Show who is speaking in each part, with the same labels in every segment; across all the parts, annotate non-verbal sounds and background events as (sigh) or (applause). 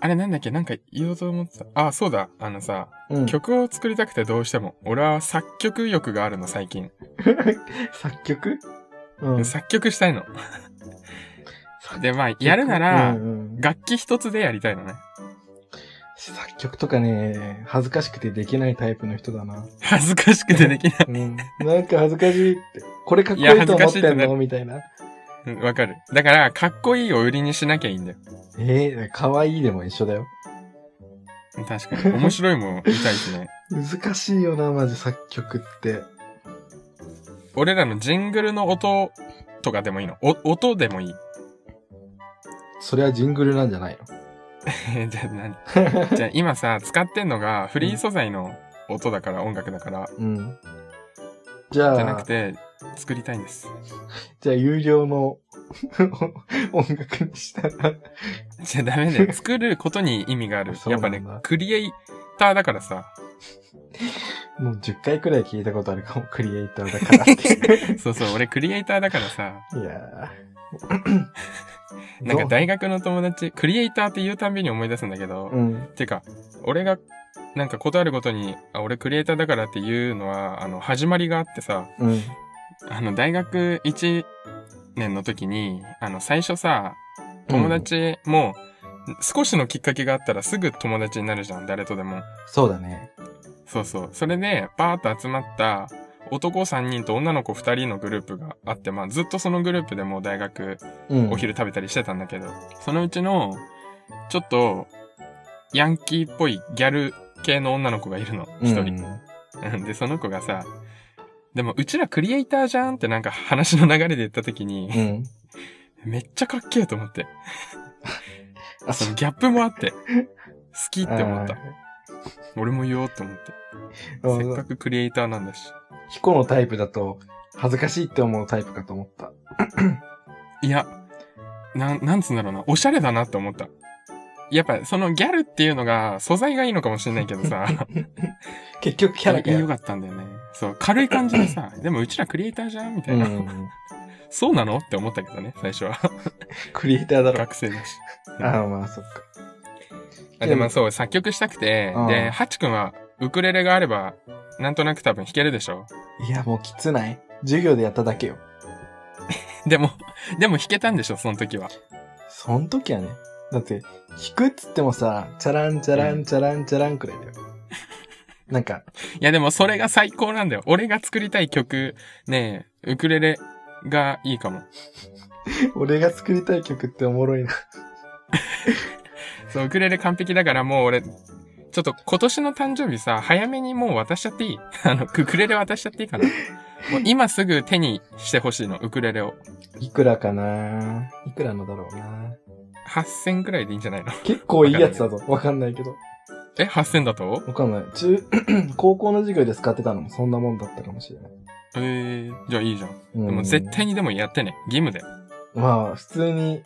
Speaker 1: あれなんだっけなんか言おうと思ってた。あ、そうだ。あのさ、
Speaker 2: うん、
Speaker 1: 曲を作りたくてどうしても。俺は作曲欲があるの、最近。
Speaker 2: 作曲うん。
Speaker 1: 作曲したいの。
Speaker 2: 作
Speaker 1: で、まあ、やるなら、
Speaker 2: うんうん
Speaker 1: 楽器一つでやりたいのね。
Speaker 2: 作曲とかね、恥ずかしくてできないタイプの人だな。
Speaker 1: 恥ずかしくてできな
Speaker 2: うん。なんか恥ずかしいって。これかっこいいと思っ
Speaker 1: いや恥ず
Speaker 2: てん
Speaker 1: かしいって
Speaker 2: のみたいな。
Speaker 1: い。うんわかる。だから、かっこいいを売りにしなきゃいいんだよ。
Speaker 2: ええ可愛いでも一緒だよ。
Speaker 1: 確
Speaker 2: (laughs)
Speaker 1: かに。面白いも見たいしね。
Speaker 2: 難しいよな、マジ作曲って。
Speaker 1: 俺らのジングルの音とかでもいいの。お音でもいい。 (laughs)
Speaker 2: それはジングルなんじゃないの
Speaker 1: えじゃあ
Speaker 2: (laughs)
Speaker 1: 何じゃあ今さ、使ってんのがフリー素材の音だから、音楽だから、
Speaker 2: うん。じ
Speaker 1: じゃな
Speaker 2: ゃ
Speaker 1: く
Speaker 2: あ、
Speaker 1: て、作りたいんです。 (laughs)
Speaker 2: じゃあ有料の (laughs) 音楽にしたら。
Speaker 1: じゃあダメ
Speaker 2: (laughs)
Speaker 1: だよ。作ることに意味がある。
Speaker 2: そう
Speaker 1: や
Speaker 2: な
Speaker 1: っ
Speaker 2: んだ
Speaker 1: ぱね、クリエイターだからさ。
Speaker 2: もう10回くらい聞いたことあるかも、クリエイターだから
Speaker 1: (laughs)
Speaker 2: って。
Speaker 1: そう
Speaker 2: (laughs)
Speaker 1: そう、俺クリエイターだからさ。
Speaker 2: いやー。
Speaker 1: (laughs) なんか大学の友達、クリエイターって言うたんびに思い出すんだけど、
Speaker 2: うん。
Speaker 1: てか、俺が、なんかことあるごとに、あ、俺クリエイターだからっていうのは、あの、始まりがあってさ、
Speaker 2: うん。
Speaker 1: あの、大学1年の時に、あの、最初さ、友達も、少しのきっかけがあったらすぐ友達になるじゃん、誰とでも。
Speaker 2: そうだね。
Speaker 1: そうそう。それで、バーッと集まった、男3人と女の子2人のグループがあって、まあずっとそのグループでもう大学、
Speaker 2: うん。
Speaker 1: お昼食べたりしてたんだけど、そのうちの、ちょっと、ヤンキーっぽいギャル系の女の子がいるの、一人。
Speaker 2: うん
Speaker 1: うんで、その子がさ、でも、うちらクリエイターじゃんってなんか話の流れで言った時 (laughs) に、
Speaker 2: うん。
Speaker 1: めっちゃかっけえと思って。
Speaker 2: あ、
Speaker 1: そ
Speaker 2: そ
Speaker 1: の
Speaker 2: う。
Speaker 1: ギャップもあって、好きって思った。俺も言おうと思って。
Speaker 2: う
Speaker 1: せっ
Speaker 2: ん
Speaker 1: かくクリエイターなんだし。
Speaker 2: 彦のタイプだと、恥ずかしいって思うタイプかと思った。 (laughs)
Speaker 1: いや、なん、なんつうんだろうな、おしゃれだなって思った。やっぱ、そのギャルっていうのが、素材がいいのかもしれないけどさ、
Speaker 2: 結局 (laughs) キャラか
Speaker 1: 良
Speaker 2: よ。
Speaker 1: かったんだよね。そう、軽い感じで
Speaker 2: (laughs)
Speaker 1: さ、でもうちらクリエイターじゃんみた
Speaker 2: う
Speaker 1: いな。
Speaker 2: ん。
Speaker 1: そうなのって思ったけどね、最初は。
Speaker 2: クリエイタ
Speaker 1: (laughs)
Speaker 2: ーだろ。
Speaker 1: 学生だし。
Speaker 2: ああ、まあ、そっか。
Speaker 1: あでもそう、作曲したくて、
Speaker 2: うん
Speaker 1: で、ハチ君はウクレレがあれば、なんとなく多分弾けるでしょ
Speaker 2: いや、もうきつない。授業でやっただけよ。
Speaker 1: でも、 (laughs) でも弾けたんでしょその時は。
Speaker 2: そん時はね。だって、弾くっつってもさ、チャランチャランチャランチャランくらいだよ。なんか、
Speaker 1: いやでもそれが最高なんだよ。俺が作りたい曲、ねえ、ウクレレがいいかも。
Speaker 2: 俺が作りたい曲っておもろいな。
Speaker 1: そう、ウクレレ完璧だからもう俺、ちょっと今年の誕生日さ、早めにもう渡しちゃっていい (laughs) あの、ウクレレ渡しちゃっていいかなもう今すぐ手にしてほしいの、ウクレレを。
Speaker 2: いくらかないくらのだろうな
Speaker 1: 8000くらいでいいんじゃないの (laughs)
Speaker 2: 結構いいやつだぞ。わかんないけど。
Speaker 1: え、8000だと
Speaker 2: わかんない。中、 (clears throat) 高校の授業で使ってたのもそんなもんだったかもしれない。
Speaker 1: えー、じゃあいいじゃん。
Speaker 2: うん
Speaker 1: でも絶対にでもやってね。義務で。
Speaker 2: まあ、普通に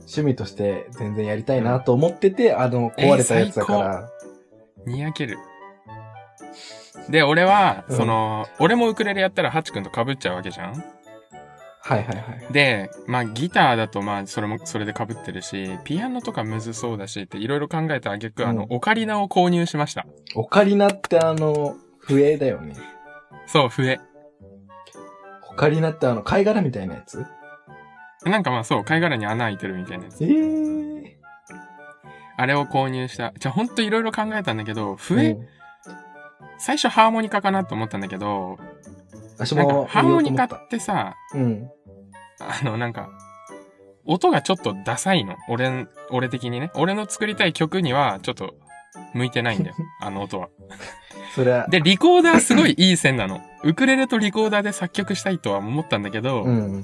Speaker 2: 趣味として全然やりたいなと思ってて、あの、壊れたやつだから。
Speaker 1: にやける。で、俺は、
Speaker 2: うん
Speaker 1: その、俺もウクレレやったらハチ君と被っちゃうわけじゃん
Speaker 2: はいはいはい。
Speaker 1: で、まあギターだとまあそれも、それで被ってるし、ピアノとかむずそうだしっていろいろ考えた挙句、あの、
Speaker 2: う
Speaker 1: オカリナを購入しました。
Speaker 2: オカリナってあの、笛だよね。
Speaker 1: そう、笛。
Speaker 2: オカリナってあの、貝殻みたいなやつ
Speaker 1: なんかまあそう、貝殻に穴開いてるみたいなやつ。
Speaker 2: ええー。
Speaker 1: あれを購入した。じゃあほんといろいろ考えたんだけど、笛、
Speaker 2: うん、
Speaker 1: 最初ハーモニカかなと思ったんだけど、
Speaker 2: 私
Speaker 1: なん
Speaker 2: も
Speaker 1: かハーモニカ
Speaker 2: 言おうと思
Speaker 1: っ
Speaker 2: って
Speaker 1: さ、
Speaker 2: た。うん。
Speaker 1: あの、なんか、音がちょっとダサいの。俺ん、俺的にね。俺の作りたい曲には、ちょっと、向いてないん
Speaker 2: (laughs)
Speaker 1: だよ。あの音は。
Speaker 2: それは、
Speaker 1: (laughs) で、リコーダーすごいいい線なの。ウクレレとリコーダーで作曲したいとは思ったんだけど、
Speaker 2: うん。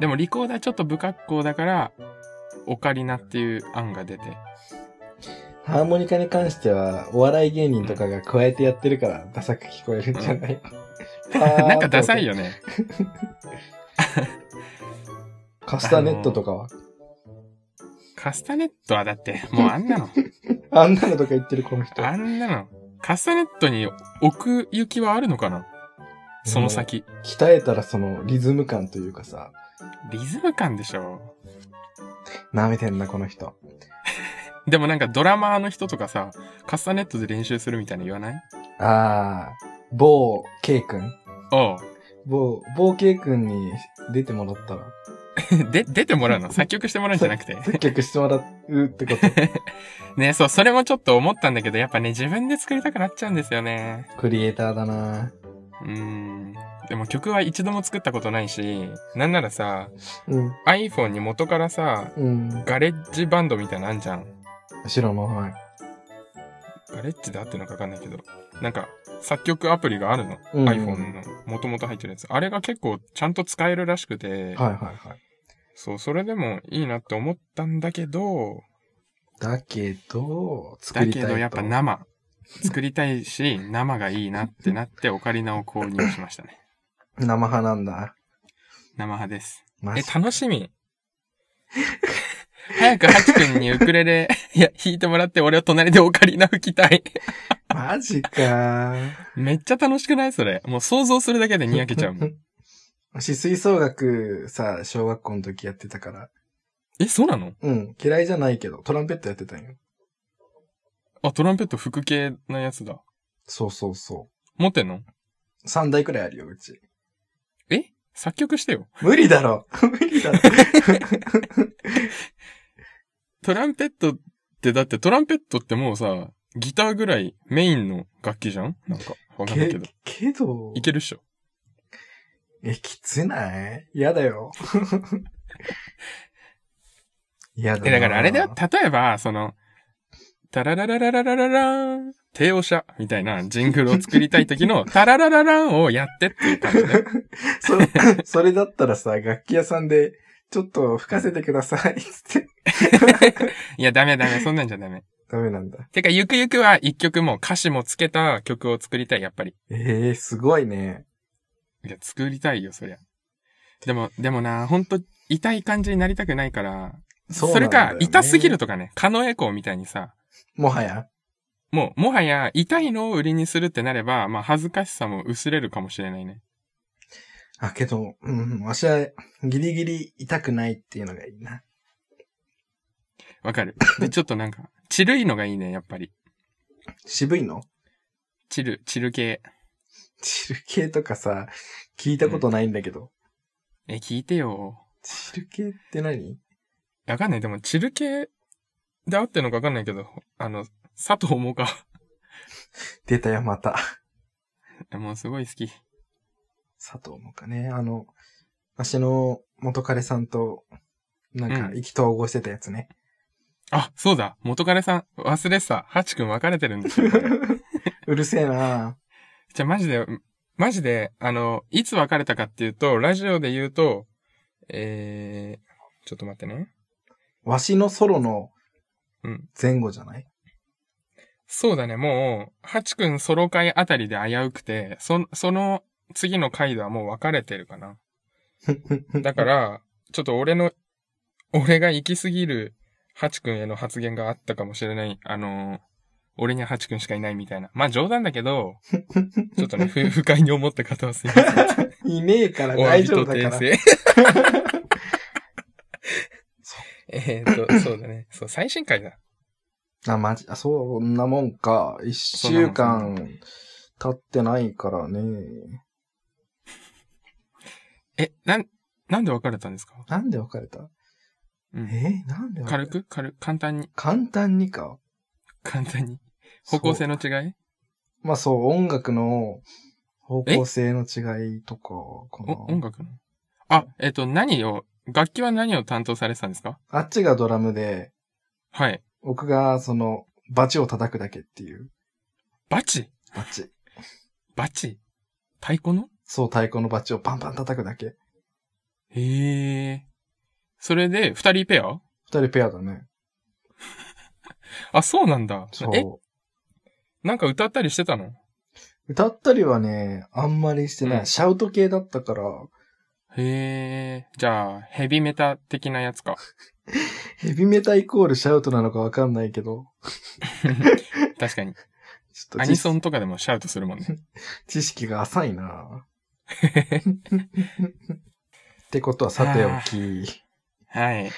Speaker 1: でもリコーダーちょっと不格好だから、オカリナっていう案が出て。
Speaker 2: ハーモニカに関しては、お笑い芸人とかが加えてやってるから、ダサく聞こえるんじゃない、
Speaker 1: (laughs) なんかダサい
Speaker 2: よ。
Speaker 1: よね。
Speaker 2: カスタネットとかは
Speaker 1: カスタネットはだって、もうあん
Speaker 2: (laughs)
Speaker 1: なの。
Speaker 2: あんなのとか言ってるこの人。
Speaker 1: あんなの。カスタネットに奥行きはあるのかなその先。
Speaker 2: 鍛えたらそのリズム感というかさ、
Speaker 1: リズム感でしょ。
Speaker 2: 舐めてんな、この人。
Speaker 1: でもなんかドラマーの人とかさ、カスタネットで練習するみたいな言わない
Speaker 2: ああ、某 K 君
Speaker 1: おう。
Speaker 2: 某、某 K 君に出てもらったら、
Speaker 1: で、出てもらうの (laughs) 作曲してもらうんじゃなくて。
Speaker 2: 接客してもらうっ
Speaker 1: (laughs)
Speaker 2: てこと。
Speaker 1: ね、そう、それもちょっと思ったんだけど、やっぱね、自分で作りたくなっちゃうんですよね。
Speaker 2: クリエイターだな
Speaker 1: うーん。でも曲は一度も作ったことないし、なんならさ、
Speaker 2: うん、
Speaker 1: iPhone に元からさ、
Speaker 2: うん。
Speaker 1: ガレッジバンドみたいなのあんじゃん。
Speaker 2: 後ろの、はい。
Speaker 1: ガレッジで合ってるのかわかんないけど。なんか、作曲アプリがあるの。
Speaker 2: うん
Speaker 1: iPhone の元々入ってるやつ。あれが結構ちゃんと使えるらしくて、
Speaker 2: はいはいはい。
Speaker 1: そう、それでもいいなって思ったんだけど、
Speaker 2: だけど、作
Speaker 1: だ
Speaker 2: りた
Speaker 1: け
Speaker 2: いと。
Speaker 1: どやっぱ生。作りたいし、生がいいなってなって、オカリナを購入しましたね。
Speaker 2: 生派なんだ。
Speaker 1: 生派です。
Speaker 2: マ
Speaker 1: え、
Speaker 2: ジ。
Speaker 1: 楽しみ。 (laughs) 早くハチ君にウクレレ、 (laughs) いや、弾いてもらって、俺は隣でオカリナ吹きたい。
Speaker 2: マジかー。
Speaker 1: めっちゃ楽しくないそれ。もう想像するだけでにやけちゃ (laughs) うもん。
Speaker 2: (laughs) 私、吹奏楽さ、小学校の時やってたから。
Speaker 1: え、そうなの
Speaker 2: うん、嫌いじゃないけど、トランペットやってたんよ。
Speaker 1: あ、トランペット服系のやつだ。
Speaker 2: そうそうそ
Speaker 1: 持ってんの
Speaker 2: う。3台くらいあるよ、うち。
Speaker 1: え作曲してよ。
Speaker 2: 無理だろ (laughs) 無理だろ
Speaker 1: トランペットって、だってトランペットってもうさ、ギターぐらいメインの楽器じゃんなんか、わかんないけ
Speaker 2: け
Speaker 1: ど。
Speaker 2: けど
Speaker 1: い、けるっしょ。
Speaker 2: え、きつない嫌だよ。 (laughs) 嫌だな
Speaker 1: え、だからあれだよ。例えば、その、タララララララララーン、帝王者みたいなジングルを作りたい時
Speaker 2: (laughs)
Speaker 1: の、タララララーンをやってっていう感じで。
Speaker 2: (laughs) そ、 (laughs) それだったらさ、楽器屋さんで、ちょっと吹かせてください、つって。
Speaker 1: いや、ダメダメ、そんなんじゃダメ。
Speaker 2: ダメなんだ。
Speaker 1: てか、ゆくゆくは一曲も歌詞もつけた曲を作りたい、やっぱり。
Speaker 2: ええー、すごいね。
Speaker 1: いや、作りたいよ、そりゃ。でも、でもな、ほんと、痛い感じになりたくないから、
Speaker 2: そう
Speaker 1: そ
Speaker 2: な
Speaker 1: れ
Speaker 2: んだよね
Speaker 1: か、痛すぎるとかね、カノエコーみたいにさ、
Speaker 2: もはや。
Speaker 1: もう、もはや、痛いのを売りにするってなれば、まあ、恥ずかしさも薄れるかもしれないね。
Speaker 2: あ、けど、うん、わしは、ギリギリ痛くないっていうのがいいな。
Speaker 1: わかる。で、ちょっとなんか、チルいのがいいね、やっぱり。
Speaker 2: 渋いの
Speaker 1: チル、チル系。
Speaker 2: チル系とかさ、聞いたことないんだけど。
Speaker 1: え、聞いてよ。
Speaker 2: チル系って何
Speaker 1: わかんない。でも、チル系で合ってるのかわかんないけど、あの、佐藤もか。
Speaker 2: 出たよ、また。
Speaker 1: (laughs) もうすごい好き。
Speaker 2: 佐藤もかね。あの、わしの元彼さんと、なんか
Speaker 1: う、ん
Speaker 2: 意気投合してたやつね。
Speaker 1: あ、そうだ。元彼さん、忘れてた。ハチ君別れてるんですよ。これ
Speaker 2: (laughs) うるせえな
Speaker 1: じゃあ、マジで、マジで、あの、いつ別れたかっていうと、ラジオで言うと、えー、ちょっと待ってね。
Speaker 2: わしのソロの
Speaker 1: うん
Speaker 2: 前後じゃない、
Speaker 1: そうだね、もう、ハチ君ソロ会あたりで危うくて、そ、その次の回ではもう別れてるか
Speaker 2: (laughs)
Speaker 1: な。だから、ちょっと俺の、俺が行き過ぎるハチ君への発言があったかもしれない。あのー俺にはハチ君しかいないみたいな。まあ冗談だけ
Speaker 2: (laughs)
Speaker 1: ど、ちょっとね、ふ不快に思った方はすいません。
Speaker 2: いねえから
Speaker 1: お
Speaker 2: (laughs)
Speaker 1: 詫
Speaker 2: 大
Speaker 1: び
Speaker 2: 丈夫
Speaker 1: と
Speaker 2: だか
Speaker 1: 訂
Speaker 2: ら。
Speaker 1: 正。 (laughs) えーっと、そうだね。そう、最新回だ。
Speaker 2: あ、まじ、あ、そんなもんか。一週間経ってないからね。
Speaker 1: え、なん、なんで別れたんですか
Speaker 2: なんで別れた
Speaker 1: うん。
Speaker 2: えなんで別れた
Speaker 1: 軽く軽く簡単に
Speaker 2: 簡単にか。
Speaker 1: 簡単に。方向性
Speaker 2: そう
Speaker 1: の違い
Speaker 2: まあそう、音楽の方向性の違いとかかな。
Speaker 1: お、音楽のあ、えっ、と、何を、楽器は何を担当されてたんですか
Speaker 2: あっちがドラムで、
Speaker 1: はい。
Speaker 2: 僕がその、バチを叩くだけっていう。
Speaker 1: バチ
Speaker 2: バチ。
Speaker 1: バチ太鼓の
Speaker 2: そう、太鼓のバチをパンパン叩くだけ。
Speaker 1: へえ。それで、二人ペア
Speaker 2: 二人ペアだね。
Speaker 1: あ、そうなんだ。
Speaker 2: そ
Speaker 1: え、
Speaker 2: う。
Speaker 1: なんか歌ったりしてたの
Speaker 2: 歌ったりはね、あんまりしてない。
Speaker 1: うん
Speaker 2: シャウト系だったから、
Speaker 1: へえ。じゃあ、ヘビメタ的なやつ
Speaker 2: (laughs)
Speaker 1: か。
Speaker 2: ヘビメタイコールシャウトなのかわかんないけど、
Speaker 1: 確かに。
Speaker 2: ちょっと
Speaker 1: アニソンとかでもシャウトするもんね。
Speaker 2: (laughs) 知識が浅
Speaker 1: (laughs)
Speaker 2: いなってことはさておき。
Speaker 1: はい。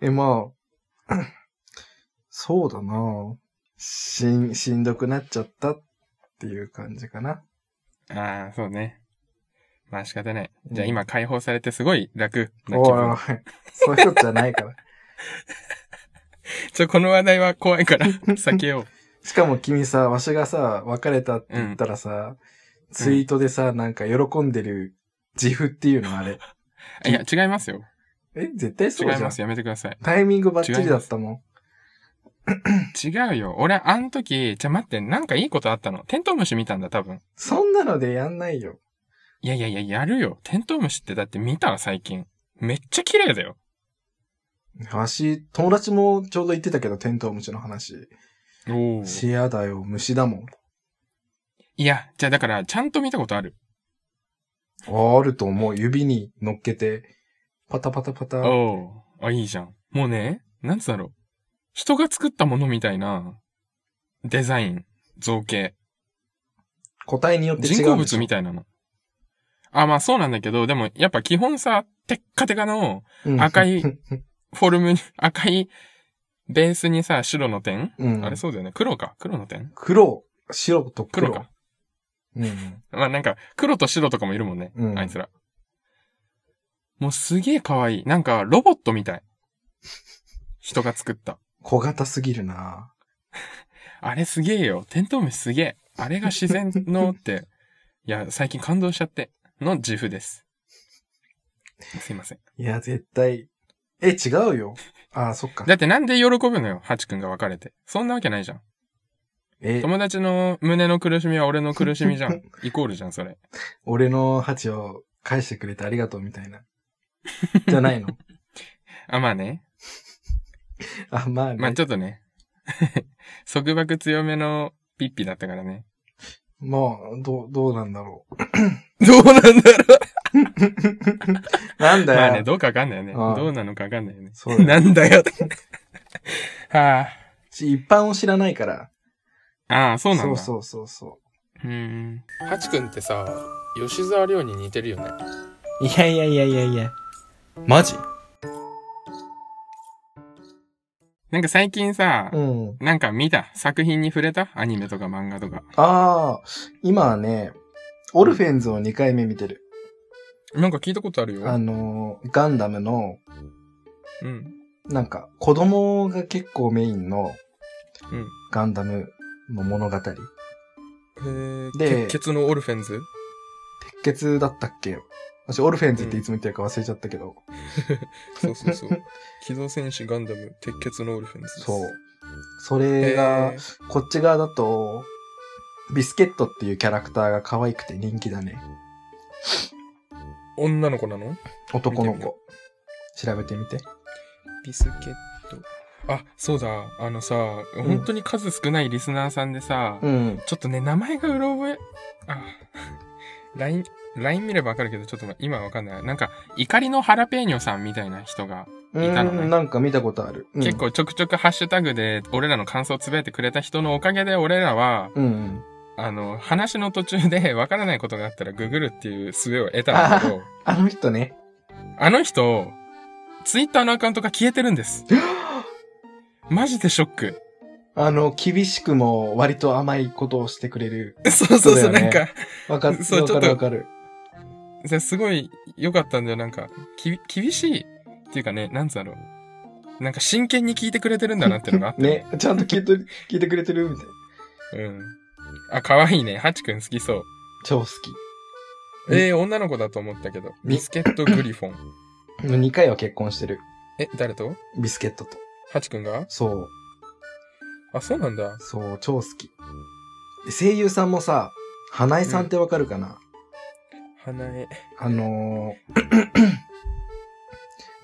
Speaker 2: え、まあ、 (clears throat) そうだなぁしん、しんどくなっちゃったっていう感じかな。
Speaker 1: ああ、そうね。まあ仕方ない。
Speaker 2: うん
Speaker 1: じゃあ今解放されてすごい楽な気
Speaker 2: おいお
Speaker 1: 分
Speaker 2: い。、そういうことじゃないから。 (laughs)
Speaker 1: ちょ、この話題は怖いから、避けよ
Speaker 2: しかも君さ、わしがさ、別れたって言ったらさ、ツイートでさ、なんか喜んでる自負っていうのあれ。
Speaker 1: う。 (laughs) いや、違いますよ。
Speaker 2: え、絶対
Speaker 1: 違
Speaker 2: そう
Speaker 1: い
Speaker 2: じゃん
Speaker 1: ま。す。やめてください。
Speaker 2: タイミングバッチリだったもん。
Speaker 1: 違うよ。俺、あの時、じゃあ待って、なんかいいことあったの。テントウムシ見たんだ、多分。
Speaker 2: そんなのでやんないよ。
Speaker 1: いやいやいや、やるよ。テントウムシってだって見た最近。めっちゃ綺麗だよ。
Speaker 2: わし、友達もちょうど言ってたけど、テントウムシの話。
Speaker 1: お
Speaker 2: シェアだよ、虫だもん。
Speaker 1: いや、じゃあだから、ちゃんと見たことある。
Speaker 2: ああると思う。指に乗っけて、パタパタパタ。
Speaker 1: おおあ、いいじゃん。もうね、なんつうんだろう。人が作ったものみたいな、デザイン、造形、
Speaker 2: 個体によって違うんでし
Speaker 1: 人
Speaker 2: ょ
Speaker 1: 工物みたいなの。あ、まあそうなんだけど、でもやっぱ基本さ、テッカテカの
Speaker 2: うん
Speaker 1: 赤いフォルムに、赤いベースにさ、白の点、
Speaker 2: うん。
Speaker 1: あれそうだよね。黒か。黒の点
Speaker 2: 黒、白と黒。
Speaker 1: 黒か。
Speaker 2: うん。
Speaker 1: まあなんか、黒と白とかもいるもんね。
Speaker 2: うん
Speaker 1: あいつら。もうすげえ可愛い。なんか、ロボットみたい。人が作った。
Speaker 2: 小型すぎるな
Speaker 1: あれすげえよ。テントウムシすげえ。あれが自然の
Speaker 2: (laughs)
Speaker 1: って。いや、最近感動しちゃって。の自負です。すいません。
Speaker 2: いや、絶対。え、違うよ。ああ、そっか。
Speaker 1: だってなんで喜ぶのよ、ハチ君が別れて。そんなわけないじゃん。
Speaker 2: え、
Speaker 1: 友達の胸の苦しみは俺の苦しみじゃ (laughs) ん。イコールじゃん、それ。
Speaker 2: 俺のハチを返してくれてありがとうみたいな。じ
Speaker 1: (laughs)
Speaker 2: ゃないの。
Speaker 1: あ、まあね。
Speaker 2: あ、まあね。
Speaker 1: まあちょっとね。 (laughs) 束縛強めのピッピだったからね。
Speaker 2: まあ、どう、どうなんだろ
Speaker 1: どうなんだろう。
Speaker 2: う。なんだよ。
Speaker 1: まあね、どうかわかんないよね。
Speaker 2: ああ
Speaker 1: どうなのかわかんないよね。
Speaker 2: そうだよ
Speaker 1: なんだよ。 (laughs) は
Speaker 2: ち一般を知らないから。
Speaker 1: あ、ああ、そうなんだ。う
Speaker 2: そうそうそ
Speaker 1: うん。ハチ君ってさ、吉沢亮に似てるよね。
Speaker 2: う。いやいやいやいやいや。マジ
Speaker 1: なんか最近さ、
Speaker 2: うん。
Speaker 1: なんか見た作品に触れたアニメとか漫画とか。
Speaker 2: ああ、今はね、オルフェンズを2回目見てる。
Speaker 1: なんか聞いたことあるよ。
Speaker 2: あのー、ガンダムの、
Speaker 1: うん。
Speaker 2: なんか、子供が結構メインの
Speaker 1: うん。
Speaker 2: ガンダムの物語。鉄
Speaker 1: へ
Speaker 2: で
Speaker 1: 鉄血のオルフェンズ
Speaker 2: 血だったっけ私、オルフェンズっていつも言ってるか忘れちゃったけど。
Speaker 1: そうそうそう。機動戦士ガンダム、鉄血のオルフェンズ
Speaker 2: そう。それが、こっち側だと、ビスケットっていうキャラクターが可愛くて人気だね。
Speaker 1: 女の子なの
Speaker 2: 男
Speaker 1: 見
Speaker 2: の
Speaker 1: てみよ
Speaker 2: 子。調べてみて。
Speaker 1: ビスケット。あ、そうだ。あのさ、
Speaker 2: ん
Speaker 1: 本当に数少ないリスナーさんでさ、
Speaker 2: うん。
Speaker 1: ちょっとね、名前がうろ覚え、あ、LINE、LINE 見ればわかるけど、ちょっと今はわかんない。なんか、怒りのハラペーニョさんみたいな人が、
Speaker 2: う
Speaker 1: いたのね
Speaker 2: ん、なんか見たことある。うん
Speaker 1: 結。構ちょくちょくハッシュタグで、俺らの感想をつぶやいてくれた人のおかげで、俺らは、
Speaker 2: うんうん。
Speaker 1: あの、話の途中でわからないことがあったらググるっていう術を得たんだけ
Speaker 2: (laughs)
Speaker 1: ど、
Speaker 2: あの人ね。 (gasps)
Speaker 1: あの人、ツイッターのアカウントが消えてるんです。マジでショック。
Speaker 2: あの、厳しくも割と甘いことをしてくれる。
Speaker 1: (laughs) そうそう
Speaker 2: そ
Speaker 1: そうう、
Speaker 2: だよ
Speaker 1: な
Speaker 2: ね
Speaker 1: んか、
Speaker 2: わか
Speaker 1: (laughs)
Speaker 2: る、
Speaker 1: そう
Speaker 2: わ
Speaker 1: ちょ
Speaker 2: か
Speaker 1: っと
Speaker 2: るわかる。
Speaker 1: じゃあすごい良かったんだよ、なんか、き、厳しいっていうかね、なんつうんだろう。なんか真剣に聞いてくれてるんだなってのが (laughs) あって。
Speaker 2: ね、ちゃんと聞いて、聞いてくれてるみたいな。
Speaker 1: うん。あ、可愛いね。ハチくん好きそう。
Speaker 2: 超好き。
Speaker 1: えー、女の子だと思ったけど。
Speaker 2: ん
Speaker 1: ビスケットグリフォン。
Speaker 2: 2回は結婚してる。
Speaker 1: え、誰と
Speaker 2: ビスケットと。
Speaker 1: ハチくんが
Speaker 2: そう、
Speaker 1: あ、そうなんだ。
Speaker 2: そう、超好き。で声優さんもさ、花江さんってわかるかな、
Speaker 1: 花江。
Speaker 2: あのー
Speaker 1: (coughs)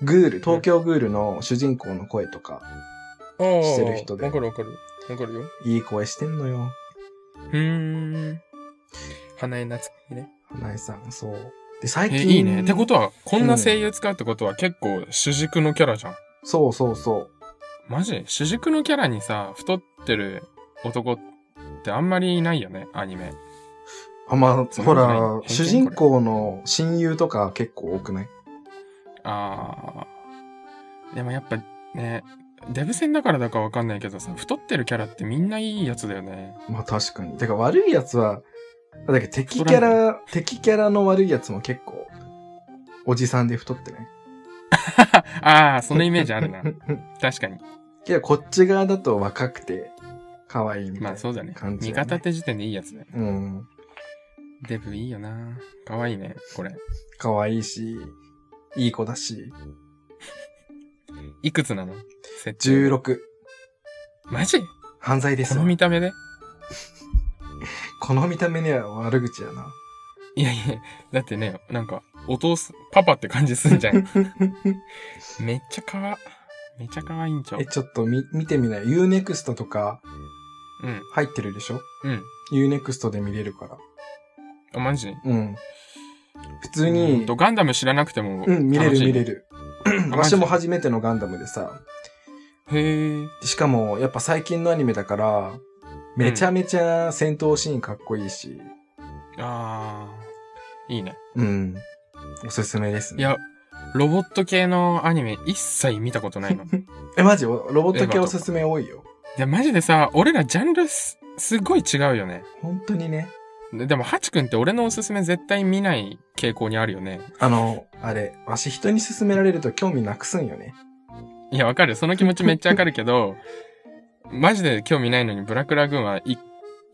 Speaker 2: グール、東京グールの主人公の声とか、
Speaker 1: ああ。
Speaker 2: してる人で
Speaker 1: わかるわかる。わかるよ。
Speaker 2: いい声してんのよ。
Speaker 1: うーん。花江夏樹ね。
Speaker 2: 花江さん、そう。で、最
Speaker 1: え、
Speaker 2: 近。
Speaker 1: いいね。ってことは、こんな声優使うってことは結構主軸のキャラじゃん。
Speaker 2: そうそうそう。
Speaker 1: マジ主軸のキャラにさ、太ってる男ってあんまりいないよね、アニメ。
Speaker 2: あ、まあ、
Speaker 1: そん
Speaker 2: ほ
Speaker 1: なことない偏、
Speaker 2: ら
Speaker 1: 見
Speaker 2: 主人公の親友とか結構多くない
Speaker 1: あー。でもやっぱね、デブ戦だからだかわかんないけどさ、太ってるキャラってみんないいやつだよね。 (laughs)
Speaker 2: まあ確かに。てか悪いやつは、だから敵キャラ、敵キャラの悪いやつも結構、おじさんで太ってね。
Speaker 1: ああ、そのイメージあるな。確かに。
Speaker 2: (laughs) けどこっち側だと若くて、可愛いみたい
Speaker 1: まあ
Speaker 2: な
Speaker 1: そうだね。
Speaker 2: 感じ、
Speaker 1: 味方っ。て時点でいいやつだよね。
Speaker 2: うん。
Speaker 1: デブいいよな。かわいいね、これ。
Speaker 2: 可愛いし、いい子だし、
Speaker 1: いくつなの設定
Speaker 2: 16。
Speaker 1: マジ
Speaker 2: 犯罪で
Speaker 1: こ
Speaker 2: す
Speaker 1: の
Speaker 2: よ。
Speaker 1: 見た目で
Speaker 2: この見た目には悪口やな。
Speaker 1: いやいや、だってね、なんか、お父す、パパって感じすんじゃん。
Speaker 2: (laughs)
Speaker 1: めっちゃかわ、めちゃかわいいんちゃう
Speaker 2: え、。ちょっとみ、見てみない ?Unext とか
Speaker 1: うん、
Speaker 2: 入ってるでしょ
Speaker 1: うん。
Speaker 2: ?Unext で見れるから。
Speaker 1: あ、マジ
Speaker 2: うん。普通
Speaker 1: う
Speaker 2: に
Speaker 1: ん、と、ガンダム知らなくても
Speaker 2: う
Speaker 1: 楽しい。
Speaker 2: ん、見れる見
Speaker 1: る。
Speaker 2: れる。
Speaker 1: あ
Speaker 2: わしも
Speaker 1: マ
Speaker 2: 初めてのガンダムでさ、
Speaker 1: へえ。
Speaker 2: しかもやっぱ最近のアニメだから、めちゃめちゃ戦闘シーンかっこいいし、
Speaker 1: ああ、いいね。
Speaker 2: うん。おすすめです
Speaker 1: い
Speaker 2: ね。
Speaker 1: や、ロボット系のアニメ一切見たこと
Speaker 2: (laughs)
Speaker 1: ないの。い
Speaker 2: え、マジおロボット系おすすめ多いよ。
Speaker 1: や、マジでさ、俺らジャンルす、すごい違うよね。
Speaker 2: 本当にね。
Speaker 1: ででも、ハチ君って俺のおすすめ絶対見ない傾向にあるよね。
Speaker 2: あの、あれ、わし人に勧められると興味なくすんよね。
Speaker 1: いや、わかる。その気持ちめっちゃわかるけど、マジで興味ないのにブラクラ軍は一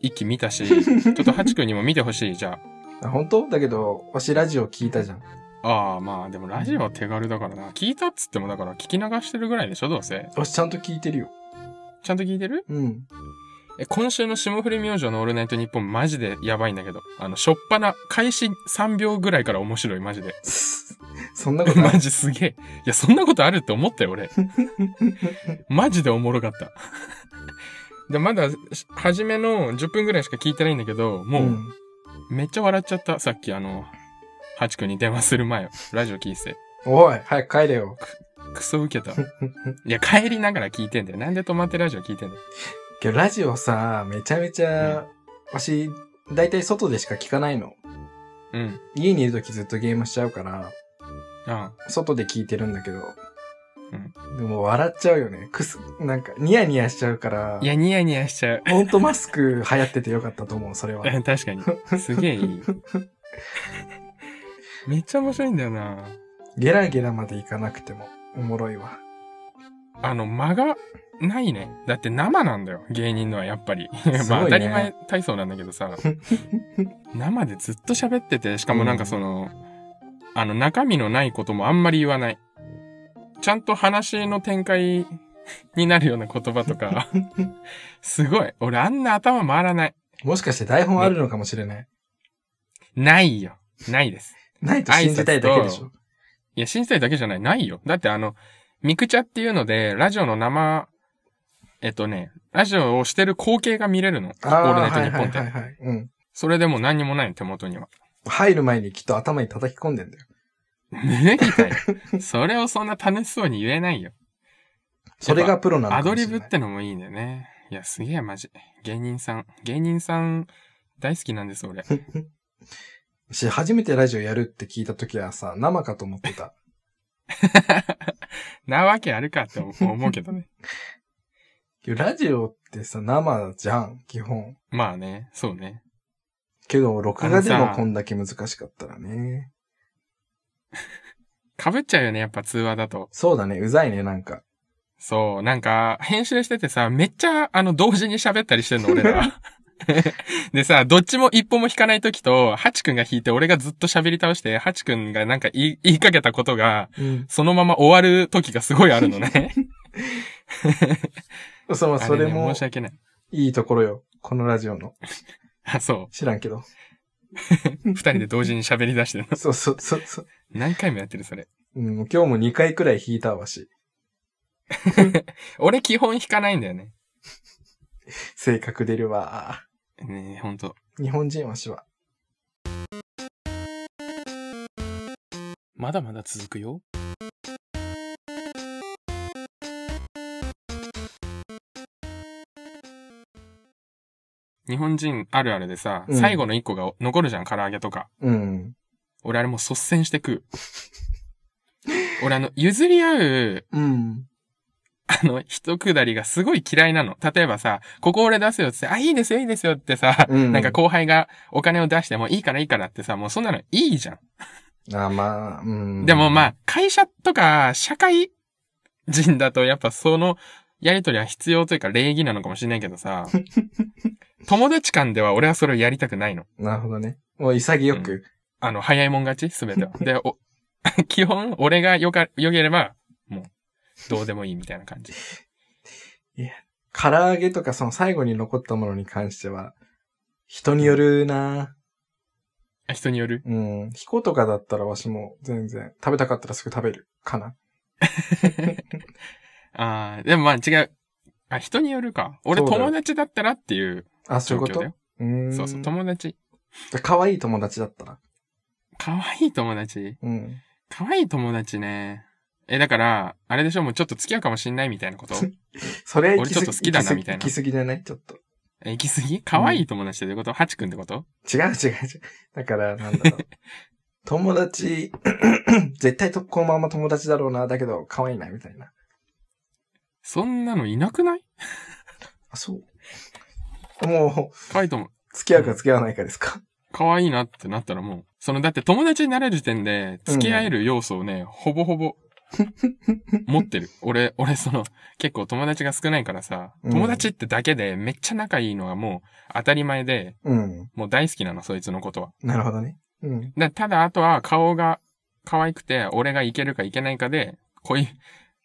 Speaker 1: 一気見たし、ちょっとハチ君にも見てほしい、じゃ
Speaker 2: あ本当だけど、わしラジオ聞いたじゃん。
Speaker 1: あ。ああ、まあ、でもラジオは手軽だからな。聞いたっつってもだから聞き流してるぐらいでしょ、どうせ。
Speaker 2: わしちゃんと聞いてるよ。
Speaker 1: ちゃんと聞いてる
Speaker 2: うん。
Speaker 1: え、今週の霜降り明星のオールナイトニッポンマジでやばいんだけど。あの、しょっぱな、開始3秒ぐらいから面白い、マジで。
Speaker 2: そんなこと
Speaker 1: (laughs)
Speaker 2: あ
Speaker 1: マ
Speaker 2: る
Speaker 1: ジすげえ。いや、そんなことあるって思ったよ、 (laughs) 俺。マジでおもろかった。で、まだ、し初めの10分ぐらいしか聞いてないんだけど、もう、
Speaker 2: ん。
Speaker 1: めっちゃ笑っちゃった。さっき、あの、ハチ君に電話する前、ラジオ聞いてて。
Speaker 2: おい、早く帰れよ。 (laughs)
Speaker 1: クソ受けた。いや、帰りながら聞いてんだよ。なんで止まってラジオ聞いてんだよ。
Speaker 2: けどラジオさ、めちゃめちゃ、わし、だいたい外でしか聞かないの。
Speaker 1: うん。
Speaker 2: 家にいるときずっとゲームしちゃうから、
Speaker 1: あ
Speaker 2: 外で聞いてるんだけど、
Speaker 1: う
Speaker 2: でも笑っちゃうよね。くす、なんか、ニヤニヤしちゃうか
Speaker 1: あ。
Speaker 2: ら
Speaker 1: い、や、ニヤニヤしちゃう。
Speaker 2: ほんとマスク流行っててよかったと思う、それは。
Speaker 1: 確かに。すげえい (laughs) い。めっちゃ面白いんだよな。
Speaker 2: ゲラゲラまでいかなくても、おもろいわ。
Speaker 1: あの、間がないね。だって生なんだよ。芸人のはやっぱり。 (laughs) まあ
Speaker 2: ご
Speaker 1: 当
Speaker 2: いね
Speaker 1: たり前体操なんだけど
Speaker 2: (laughs)
Speaker 1: さ。生でずっと喋ってて、しかもなんかその、あの、中身のないこともあんまり言わない。ちゃんと話の展開になるような言葉と
Speaker 2: (laughs)
Speaker 1: か。すごい。俺あんな頭回らない。
Speaker 2: もしかして台本あるのかもしれない。
Speaker 1: ないよ。ないです。
Speaker 2: ないと信じたいだけでし
Speaker 1: 挨
Speaker 2: ょ。
Speaker 1: いや、信じたいだけじゃない。ないよ。だってあの、ミクチャっていうので、ラジオの生、えっとね、ラジオをしてる光景が見れるの。オールナイト
Speaker 2: は
Speaker 1: ニ
Speaker 2: い
Speaker 1: ッ
Speaker 2: は
Speaker 1: ポン
Speaker 2: い
Speaker 1: って。
Speaker 2: はいはい。うん。
Speaker 1: それでもう何にもないの、手元には。
Speaker 2: 入る前にきっと頭に叩き込んでんだよ。
Speaker 1: 無理だよ。それをそんな楽しそうに言えないよ。
Speaker 2: (laughs) それがプロなのか
Speaker 1: アド
Speaker 2: もしれ
Speaker 1: リ
Speaker 2: ない。
Speaker 1: ブってのもいいんだよね。いや、すげえマジ。芸人さん。芸人さん、大好きなんです、俺。
Speaker 2: (laughs) し、初めてラジオやるって聞いた時はさ、生かと思ってた。
Speaker 1: なわけあるかって思うけどね。
Speaker 2: ラジオってさ、生じゃん、基本。
Speaker 1: まあね、そうね。
Speaker 2: けど、録画で
Speaker 1: あの
Speaker 2: も
Speaker 1: さ
Speaker 2: こんだけ難しかったらね。
Speaker 1: 被っちゃうよね、やっぱ通話だと。
Speaker 2: そうだね、うざいね、なんか。
Speaker 1: そう、なんか、編集しててさ、めっちゃ、あの、同時に喋ったりしてんの、俺
Speaker 2: (laughs)
Speaker 1: ら。でさ、どっちも一歩も引かないときと、ハチくんが引いて、俺がずっと喋り倒して、ハチくんがなんか言い言いかけたことが、
Speaker 2: うん。
Speaker 1: そのまま終わるときがすごいあるの
Speaker 2: (laughs)
Speaker 1: ね。
Speaker 2: その
Speaker 1: あ
Speaker 2: それ
Speaker 1: ね
Speaker 2: も
Speaker 1: 申し、訳ない。
Speaker 2: いいところよ。このラジオの。
Speaker 1: あ、そ
Speaker 2: 知らんけど。
Speaker 1: う。二人で同時に喋り出してるの。
Speaker 2: そうそうそうそう。
Speaker 1: 何回もやってる、それ。
Speaker 2: うん、今日も2回くらい弾いたわし。
Speaker 1: 俺基本引かないんだよね。
Speaker 2: 性格出るわ。
Speaker 1: ねえ、ほんと。
Speaker 2: 日本人わしは。
Speaker 1: まだまだ続くよ。日本人あるあるでさ、
Speaker 2: うん
Speaker 1: 最後の一個が残るじゃん、唐揚げとか。
Speaker 2: うん。
Speaker 1: 俺あれもう (laughs) 率先して食う。俺あの、譲り合う、
Speaker 2: うん。
Speaker 1: あの、一くだりがすごい嫌いなの。例えばさ、ここ俺出すよって言って、あ、いいですよ、いいですよってさ、
Speaker 2: うん
Speaker 1: なんか後輩がお金を出してもいいからいいからってさ、もうそんなのいいじゃん。
Speaker 2: あ、まあ、うん。
Speaker 1: でもまあ、会社とか社会人だとやっぱそのやりとりは必要というか礼儀なのかもしれないけど
Speaker 2: (laughs)
Speaker 1: さ、友達間では俺はそれをやりたくないの。
Speaker 2: なるほどね。もう潔く。
Speaker 1: あの、早いもん勝ちすべては。で、お、 (laughs) 基本俺がよか、良ければ、もう、どうでもいいみたいな感じ。
Speaker 2: 唐揚げとかその最後に残ったものに関しては、人によるな
Speaker 1: あ人による
Speaker 2: うん。ヒコとかだったらわしも全然、食べたかったらすぐ食べるかな。
Speaker 1: ああ、でもまあ違う。あ、人によるか。俺
Speaker 2: そうだよ
Speaker 1: 友達だったらっていう
Speaker 2: あ、そう
Speaker 1: 状
Speaker 2: いうこ
Speaker 1: 況
Speaker 2: と
Speaker 1: だ
Speaker 2: う
Speaker 1: よ。
Speaker 2: ーん。
Speaker 1: そうそう、友達。
Speaker 2: 可愛い友達だったら。
Speaker 1: 可愛い友達
Speaker 2: うん。
Speaker 1: 可愛い友達ね。え、だから、あれでしょもうちょっと付き合うかもしんないみたいなこと
Speaker 2: それ
Speaker 1: 俺ちょっと好きだな
Speaker 2: 行き過ぎ
Speaker 1: みたいな
Speaker 2: 行き過ぎじゃないちょっと。
Speaker 1: え行き過ぎ可愛い友達ってどういうことハチ君ってこと
Speaker 2: 違う違う違う。だから、な
Speaker 1: (laughs)
Speaker 2: んだろう。友達、 (coughs) 絶対とこのまま友達だろうな、だけど可愛いな、みたいな。
Speaker 1: そんなのいなくない
Speaker 2: あ、そう。もう、
Speaker 1: 可愛いとも、
Speaker 2: 付き合うか付き合わないかですか。
Speaker 1: 可愛いなってなったらもう、その、だって友達になれる時点で、付き合える要素をね、ほぼほ
Speaker 2: (laughs)
Speaker 1: ぼ、持ってる。俺、俺その、結構友達が少ないからさ、
Speaker 2: うん
Speaker 1: 友達ってだけでめっちゃ仲いいのがもう当たり前で、
Speaker 2: うん。
Speaker 1: もう大好きなの、そいつのことは。
Speaker 2: なるほどね。うん。
Speaker 1: だただ、あとは顔が可愛くて、俺がいけるかいけないかで、恋、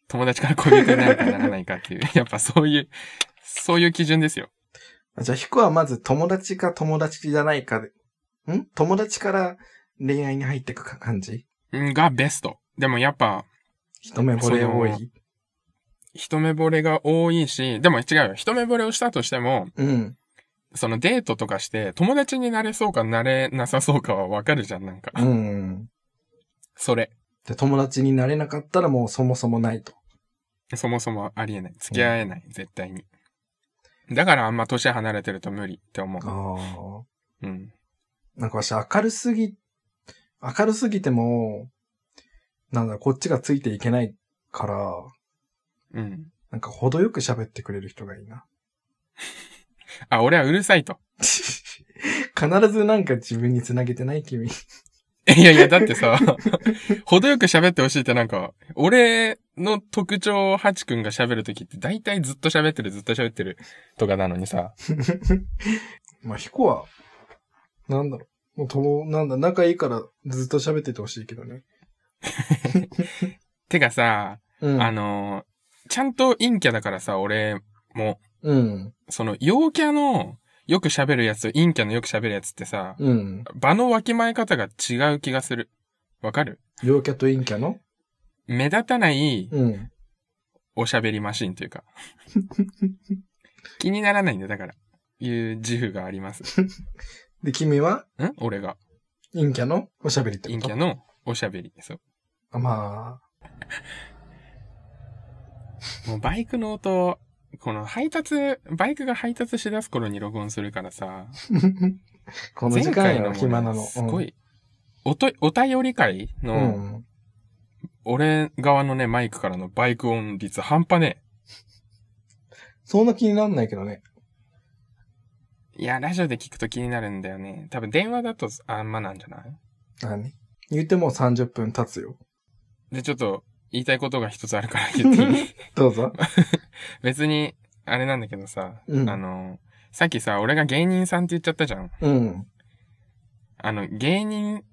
Speaker 1: 友達から恋人になるかならないかっていう、 (laughs) やっぱそういう、そういう基準ですよ。
Speaker 2: じゃあ、ヒコはまず友達か友達じゃないかで、ん友達から恋愛に入っていくか感じ
Speaker 1: んがベスト。でもやっぱ、
Speaker 2: 一目惚れ多い。
Speaker 1: 一目惚れが多いし、でも違うよ。一目惚れをしたとしても、
Speaker 2: うん。
Speaker 1: そのデートとかして、友達になれそうかなれなさそうかはわかるじゃん、なんか。
Speaker 2: うん。
Speaker 1: それ。
Speaker 2: で、友達になれなかったらもうそもそもないと。
Speaker 1: そもそもありえない。付き合えない、絶対に。だからあんま年離れてると無理って思
Speaker 2: ああ。
Speaker 1: う。うん。
Speaker 2: なんか私明るすぎ、明るすぎても、なんだ、こっちがついていけないから、
Speaker 1: うん。
Speaker 2: なんか程よく喋ってくれる人がいいな。 (laughs)
Speaker 1: あ、俺はうるさいと。
Speaker 2: 必ずなんか自分に繋げてない君。
Speaker 1: いやいや、だってさ、 (laughs) 程よく喋ってほしいってなんか、俺の特徴をハチ君が喋るときって大体ずっと喋ってる、ずっと喋ってるとかなのにさ、
Speaker 2: まあ、ヒコは、なんだろう、もう友、なんだ、仲いいからずっと喋っててほしいけどね。
Speaker 1: てかさ、
Speaker 2: うん。
Speaker 1: あの、ちゃんと陰キャだからさ、俺も、
Speaker 2: うん。
Speaker 1: その陽キャのよく喋るやつと陰キャのよく喋るやつってさ、
Speaker 2: うん。
Speaker 1: 場のわきまえ方が違う気がする。わかる
Speaker 2: 陽キャと陰キャの
Speaker 1: 目立たない
Speaker 2: うん。
Speaker 1: おしゃべりマシンと
Speaker 2: (laughs)
Speaker 1: いうか。気にならないんだよ、だから。いう自負があります。ん
Speaker 2: で、君は
Speaker 1: 俺が。
Speaker 2: 陰キャのおしゃべりってこ
Speaker 1: 陰
Speaker 2: と
Speaker 1: キャのおしゃべり。そう。
Speaker 2: あま
Speaker 1: (laughs) もうバイクの音、この配達、バイクが配達しだす頃に録音するからさ、
Speaker 2: あ。この時間や
Speaker 1: も
Speaker 2: ろ、
Speaker 1: ね
Speaker 2: 暇なの。
Speaker 1: すごい、おと、お便り会
Speaker 2: う
Speaker 1: の、
Speaker 2: ん。うん。
Speaker 1: 俺側のね、マイクからのバイク音率半端ね
Speaker 2: そんな気になんないけどね。
Speaker 1: え。いや、ラジオで聞くと気になるんだよね。多分電話だとあんまなんじゃない
Speaker 2: あね。言ってもう30分経つよ。
Speaker 1: で、ちょっと言いたいことが一つあるから言って
Speaker 2: (laughs)
Speaker 1: いい
Speaker 2: ど
Speaker 1: (laughs)
Speaker 2: うぞ。
Speaker 1: 別に、あれなんだけどさ、
Speaker 2: うん
Speaker 1: あの、さっきさ、俺が芸人さんって言っちゃったじゃん。
Speaker 2: うん。
Speaker 1: あの、芸人、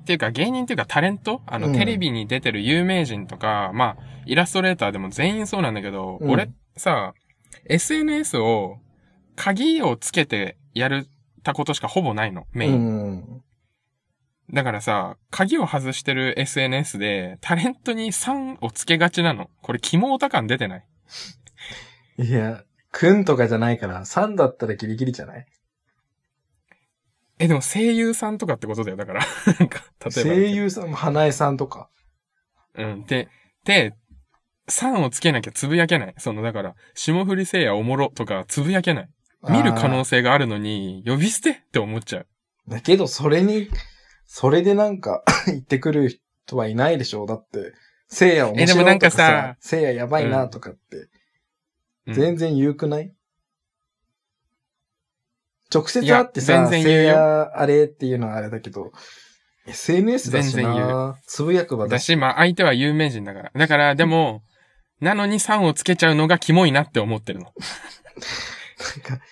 Speaker 1: っていうか芸人っていうかタレントあの、
Speaker 2: うん
Speaker 1: テレビに出てる有名人とか、まあ、イラストレーターでも全員そうなんだけど、
Speaker 2: うん
Speaker 1: 俺さ、SNS を、鍵をつけてやるたことしかほぼないの、
Speaker 2: う
Speaker 1: メイン。
Speaker 2: ん。
Speaker 1: だからさ、鍵を外してる SNS で、タレントに3をつけがちなの。これ、肝オタ感出てない
Speaker 2: いや、くんとかじゃないから、3だったらギリギリじゃない
Speaker 1: え、でも声優さんとかってことだよ、だから。なんか、例えば。
Speaker 2: 声優さんも花江さんとか。
Speaker 1: うん。で、で、3をつけなきゃつぶやけない。その、だから、霜降りせいやおもろとかつぶやけない。見る可能
Speaker 2: あ
Speaker 1: 性があるのに、呼び捨てって思っちゃう。
Speaker 2: ー。だけ (coughs) ど、それに、それでなんか、言ってくる人はいないでしょう。だって、せいや面白
Speaker 1: えでもないん
Speaker 2: と
Speaker 1: か
Speaker 2: かさ
Speaker 1: さ、
Speaker 2: せいややばいなとかって、
Speaker 1: うん
Speaker 2: 全然言うくない、直接
Speaker 1: い
Speaker 2: 会
Speaker 1: や
Speaker 2: ってさ、
Speaker 1: 全然言う
Speaker 2: せい
Speaker 1: よ
Speaker 2: やあれっていうのはあれだけど、SNS だし
Speaker 1: 全然言
Speaker 2: なつぶやく場だ
Speaker 1: だ
Speaker 2: し、
Speaker 1: し、まあ相手は有名人だから。だから、でも、なのに3をつけちゃうのがキモいなって思ってるの。
Speaker 2: なんか、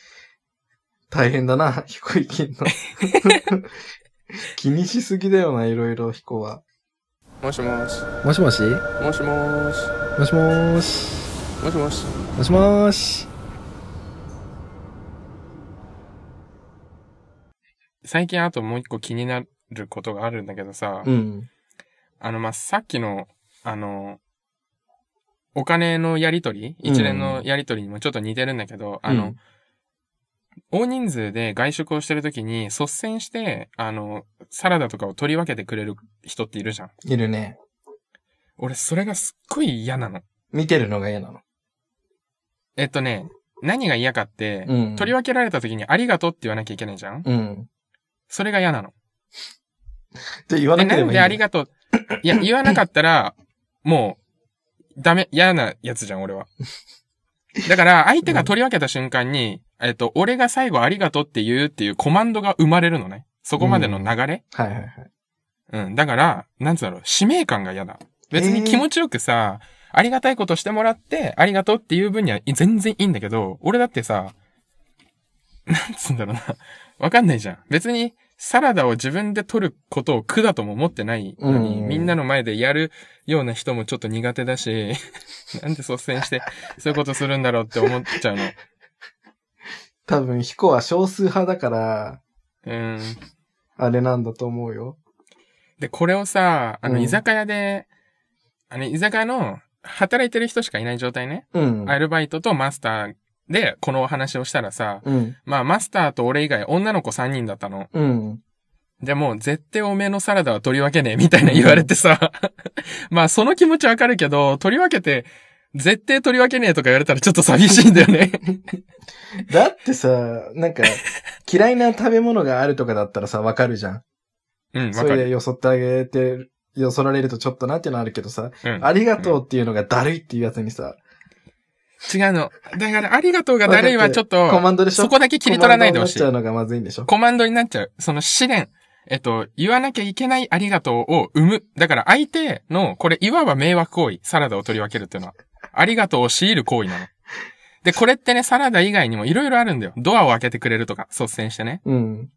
Speaker 2: 大変だな、彦行きんの。気にしすぎだよな、いろいろ彦は。
Speaker 1: もしもし、
Speaker 2: もしもし
Speaker 1: もしもし、
Speaker 2: もしも
Speaker 1: もしも
Speaker 2: し
Speaker 1: し。
Speaker 2: もしもし
Speaker 1: 最近あともう一個気になることがあるんだけどさ、
Speaker 2: うん。
Speaker 1: あの、まあ、さっきの、あの、お金のやりとり
Speaker 2: うん
Speaker 1: 一連のやりとりにもちょっと似てるんだけど、あの、大人数で外食をしてるときに率先して、あの、サラダとかを取り分けてくれる人っているじゃん。
Speaker 2: いるね。
Speaker 1: 俺、それがすっごい嫌なの。
Speaker 2: 見てるのが嫌なの。
Speaker 1: えっとね、何が嫌かって、
Speaker 2: うん
Speaker 1: 取り分けられたときにありがとうって言わなきゃいけないじゃん
Speaker 2: うん。
Speaker 1: それが嫌なの。
Speaker 2: って言わ
Speaker 1: え
Speaker 2: なけ
Speaker 1: な
Speaker 2: ればい
Speaker 1: ん
Speaker 2: いん
Speaker 1: で
Speaker 2: だ
Speaker 1: ありがとう、いや、言わなかったら、もう、ダメ、嫌なやつじゃん、俺は。だから、相手が取り分けた瞬間に、えっと、俺が最後ありがとうって言うっていうコマンドが生まれるのね。そこまでの流れ。
Speaker 2: はいはいはい。
Speaker 1: うん。だから、なんつうだろう、使命感が嫌だ。別に気持ちよくさ、ありがたいことしてもらって、ありがとうっていう分には全然いいんだけど、俺だってさ、なんつうんだろうな。わかんないじゃん。別に、サラダを自分で取ることを苦だとも思ってないのに、
Speaker 2: うん
Speaker 1: みんなの前でやるような人もちょっと苦手だし、 (laughs) なんで率先して、そういうことするんだろうって思っちゃうの。
Speaker 2: 多分、ヒコは少数派だから、
Speaker 1: うん。
Speaker 2: あれなんだと思うよ。
Speaker 1: で、これをさ、あ
Speaker 2: う
Speaker 1: の、
Speaker 2: ん
Speaker 1: 居酒屋で、あの、居酒屋の、働いてる人しかいない状態ね。
Speaker 2: うん。
Speaker 1: アルバイトとマスターでこのお話をしたらさ、
Speaker 2: うん。
Speaker 1: まあマスターと俺以外女の子3人だったの。
Speaker 2: うん。
Speaker 1: でも絶対おめえのサラダは取り分けねえみたいな言われてさ、 (laughs) まあその気持ちわかるけど、取り分けて、絶対取り分けねえとか言われたらちょっと寂しいんだよ
Speaker 2: (laughs)
Speaker 1: ね。
Speaker 2: だってさ、な
Speaker 1: (laughs)
Speaker 2: んか、嫌いな食べ物があるとかだったらさ、わかるじゃん。
Speaker 1: うん、わ
Speaker 2: そ
Speaker 1: か
Speaker 2: れ
Speaker 1: る。
Speaker 2: でよそってあげて、よそられるとちょっとなっていうのはあるけどさ、
Speaker 1: うん、
Speaker 2: ありがとうっていうのがだるいっていうやつにさ、
Speaker 1: 違うの。だからありがとうが誰いはちょっ
Speaker 2: コ
Speaker 1: と、
Speaker 2: マンドでしょ
Speaker 1: そこだけ切り取らないでほしい
Speaker 2: コ。マンドになっちゃうのがまずいんでしょ
Speaker 1: コマンドになっちゃう。その試練。えっと、言わなきゃいけないありがとうを生む。だから相手の、これいわば迷惑行為。サラダを取り分けるっていうのは。ありがとうを強いる行為なの。で、これってね、サラダ以外にもいろいろあるんだよ。ドアを開けてくれるとか、率先してね。
Speaker 2: うん。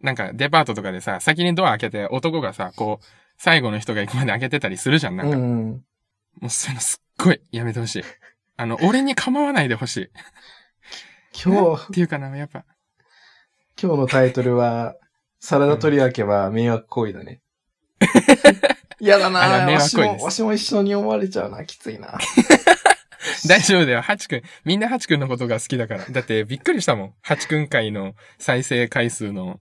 Speaker 1: なんか、デパートとかでさ、先にドア開けて、男がさ、こう、最後の人が行くまで開けてたりするじゃん。なん
Speaker 2: う
Speaker 1: か、
Speaker 2: ん。
Speaker 1: もうそういうのすっごいやめてほしい。あの、俺に構わないでほしい。っ
Speaker 2: 今日、
Speaker 1: ていうかな、やっぱ。
Speaker 2: 今日のタイトル (laughs) は、サラダ取り分けは迷惑行為 (laughs) だね。嫌だ
Speaker 1: あれは
Speaker 2: なぁ。
Speaker 1: 迷
Speaker 2: わ
Speaker 1: 惑
Speaker 2: し
Speaker 1: 行為で
Speaker 2: も、
Speaker 1: す
Speaker 2: わしも一緒に思われちゃうな。きつい (laughs) な。
Speaker 1: (laughs) 大丈夫だよ。ハチくん。みんなハチくんのことが好きだから。だってびっくりしたもん。ハチくん回の再生回数の、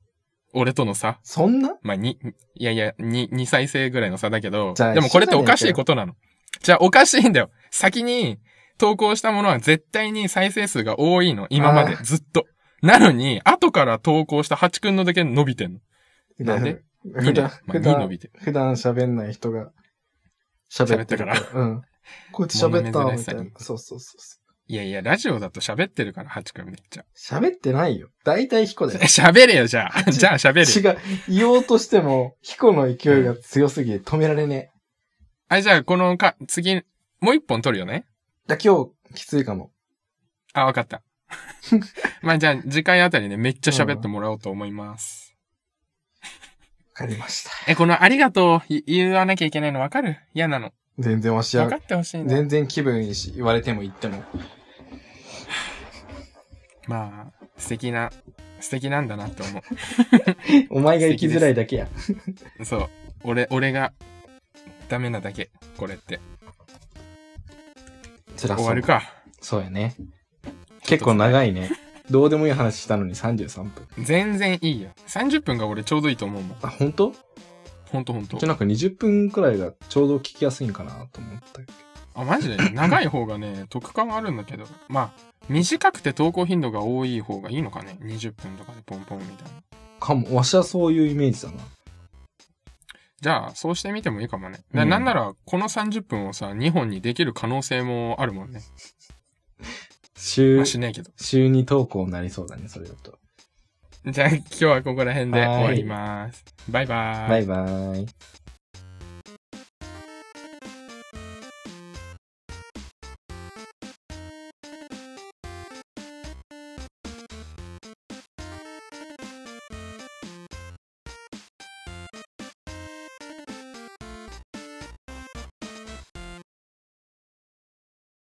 Speaker 1: 俺との差。
Speaker 2: そんな
Speaker 1: まあ、に、いやいや、に、2再生ぐらいの差だけど。
Speaker 2: じゃあ
Speaker 1: でもこれっておかしいことなの。じゃあおかしいんだよ。先に投稿したものは絶対に再生数が多いの。今まで
Speaker 2: あ。
Speaker 1: ずっと。なのに、後から投稿したハチくんのだけ伸びてんの。なんで
Speaker 2: 普
Speaker 1: 2だ
Speaker 2: 段
Speaker 1: よ。、まあ、
Speaker 2: 普
Speaker 1: 2伸
Speaker 2: 段、
Speaker 1: びてる。
Speaker 2: 普段喋んない人が喋ってる
Speaker 1: 喋っ
Speaker 2: うん。こいつ喋ったわ
Speaker 1: 物珍
Speaker 2: み
Speaker 1: しさ
Speaker 2: たい
Speaker 1: に
Speaker 2: な。そうそうそうそ
Speaker 1: いやいや、ラジオだと喋ってるから、ハチくんめっちゃ。
Speaker 2: う。喋ってないよ。大体ヒコだよ。
Speaker 1: 喋れよ、じゃあ。じゃあ喋れよ。
Speaker 2: (laughs) 違う。言おうとしても、ヒコの勢いが強すぎて止められねえ。
Speaker 1: あ、じゃあ、このか、次、もう一本取るよね
Speaker 2: だ、今日、きついかも。
Speaker 1: あ、わかった。 (laughs) まあ、じゃあ、次回あたりね、めっちゃ喋ってもらおうと思います。
Speaker 2: わかりました。
Speaker 1: え、このありがとうい言わなきゃいけないのわかる嫌なの。
Speaker 2: 全然わし
Speaker 1: わ
Speaker 2: は
Speaker 1: か、ってほしいね。
Speaker 2: 全然気分いいし、言われても言っても。
Speaker 1: まあ、素敵な、素敵なんだなって思
Speaker 2: (laughs) お前が生きづらいだけや。
Speaker 1: う。そう。俺、俺が、ダメなだけ。これって。
Speaker 2: 辛
Speaker 1: 終
Speaker 2: そ
Speaker 1: わ
Speaker 2: う
Speaker 1: る。か。
Speaker 2: そうやね。結構長いね。どうでもいい話したのに33分。
Speaker 1: 全然いいよ。30分が俺ちょうどいいと思うもん。
Speaker 2: あ、本当？
Speaker 1: ほんとほんと
Speaker 2: じゃ。なんか20分くらいがちょうど聞きやすいんかなと思ったけど
Speaker 1: あ、マジで長い方がね、得感あるんだけど。まあ、短くて投稿頻度が多い方がいいのかね。20分とかでポンポンみたいな。
Speaker 2: かも、わしはそういうイメージだな。
Speaker 1: じゃあ、そうしてみてもいいかもね。な
Speaker 2: うん
Speaker 1: なんなら、この30分をさ、2本にできる可能性もあるもんね。ま
Speaker 2: 週
Speaker 1: あ、、しないけど。
Speaker 2: 週に投稿になりそうだね、それだと。
Speaker 1: じゃあ、今日はここら辺で
Speaker 2: はい
Speaker 1: 終わります。バイバイ。
Speaker 2: バイバーイ。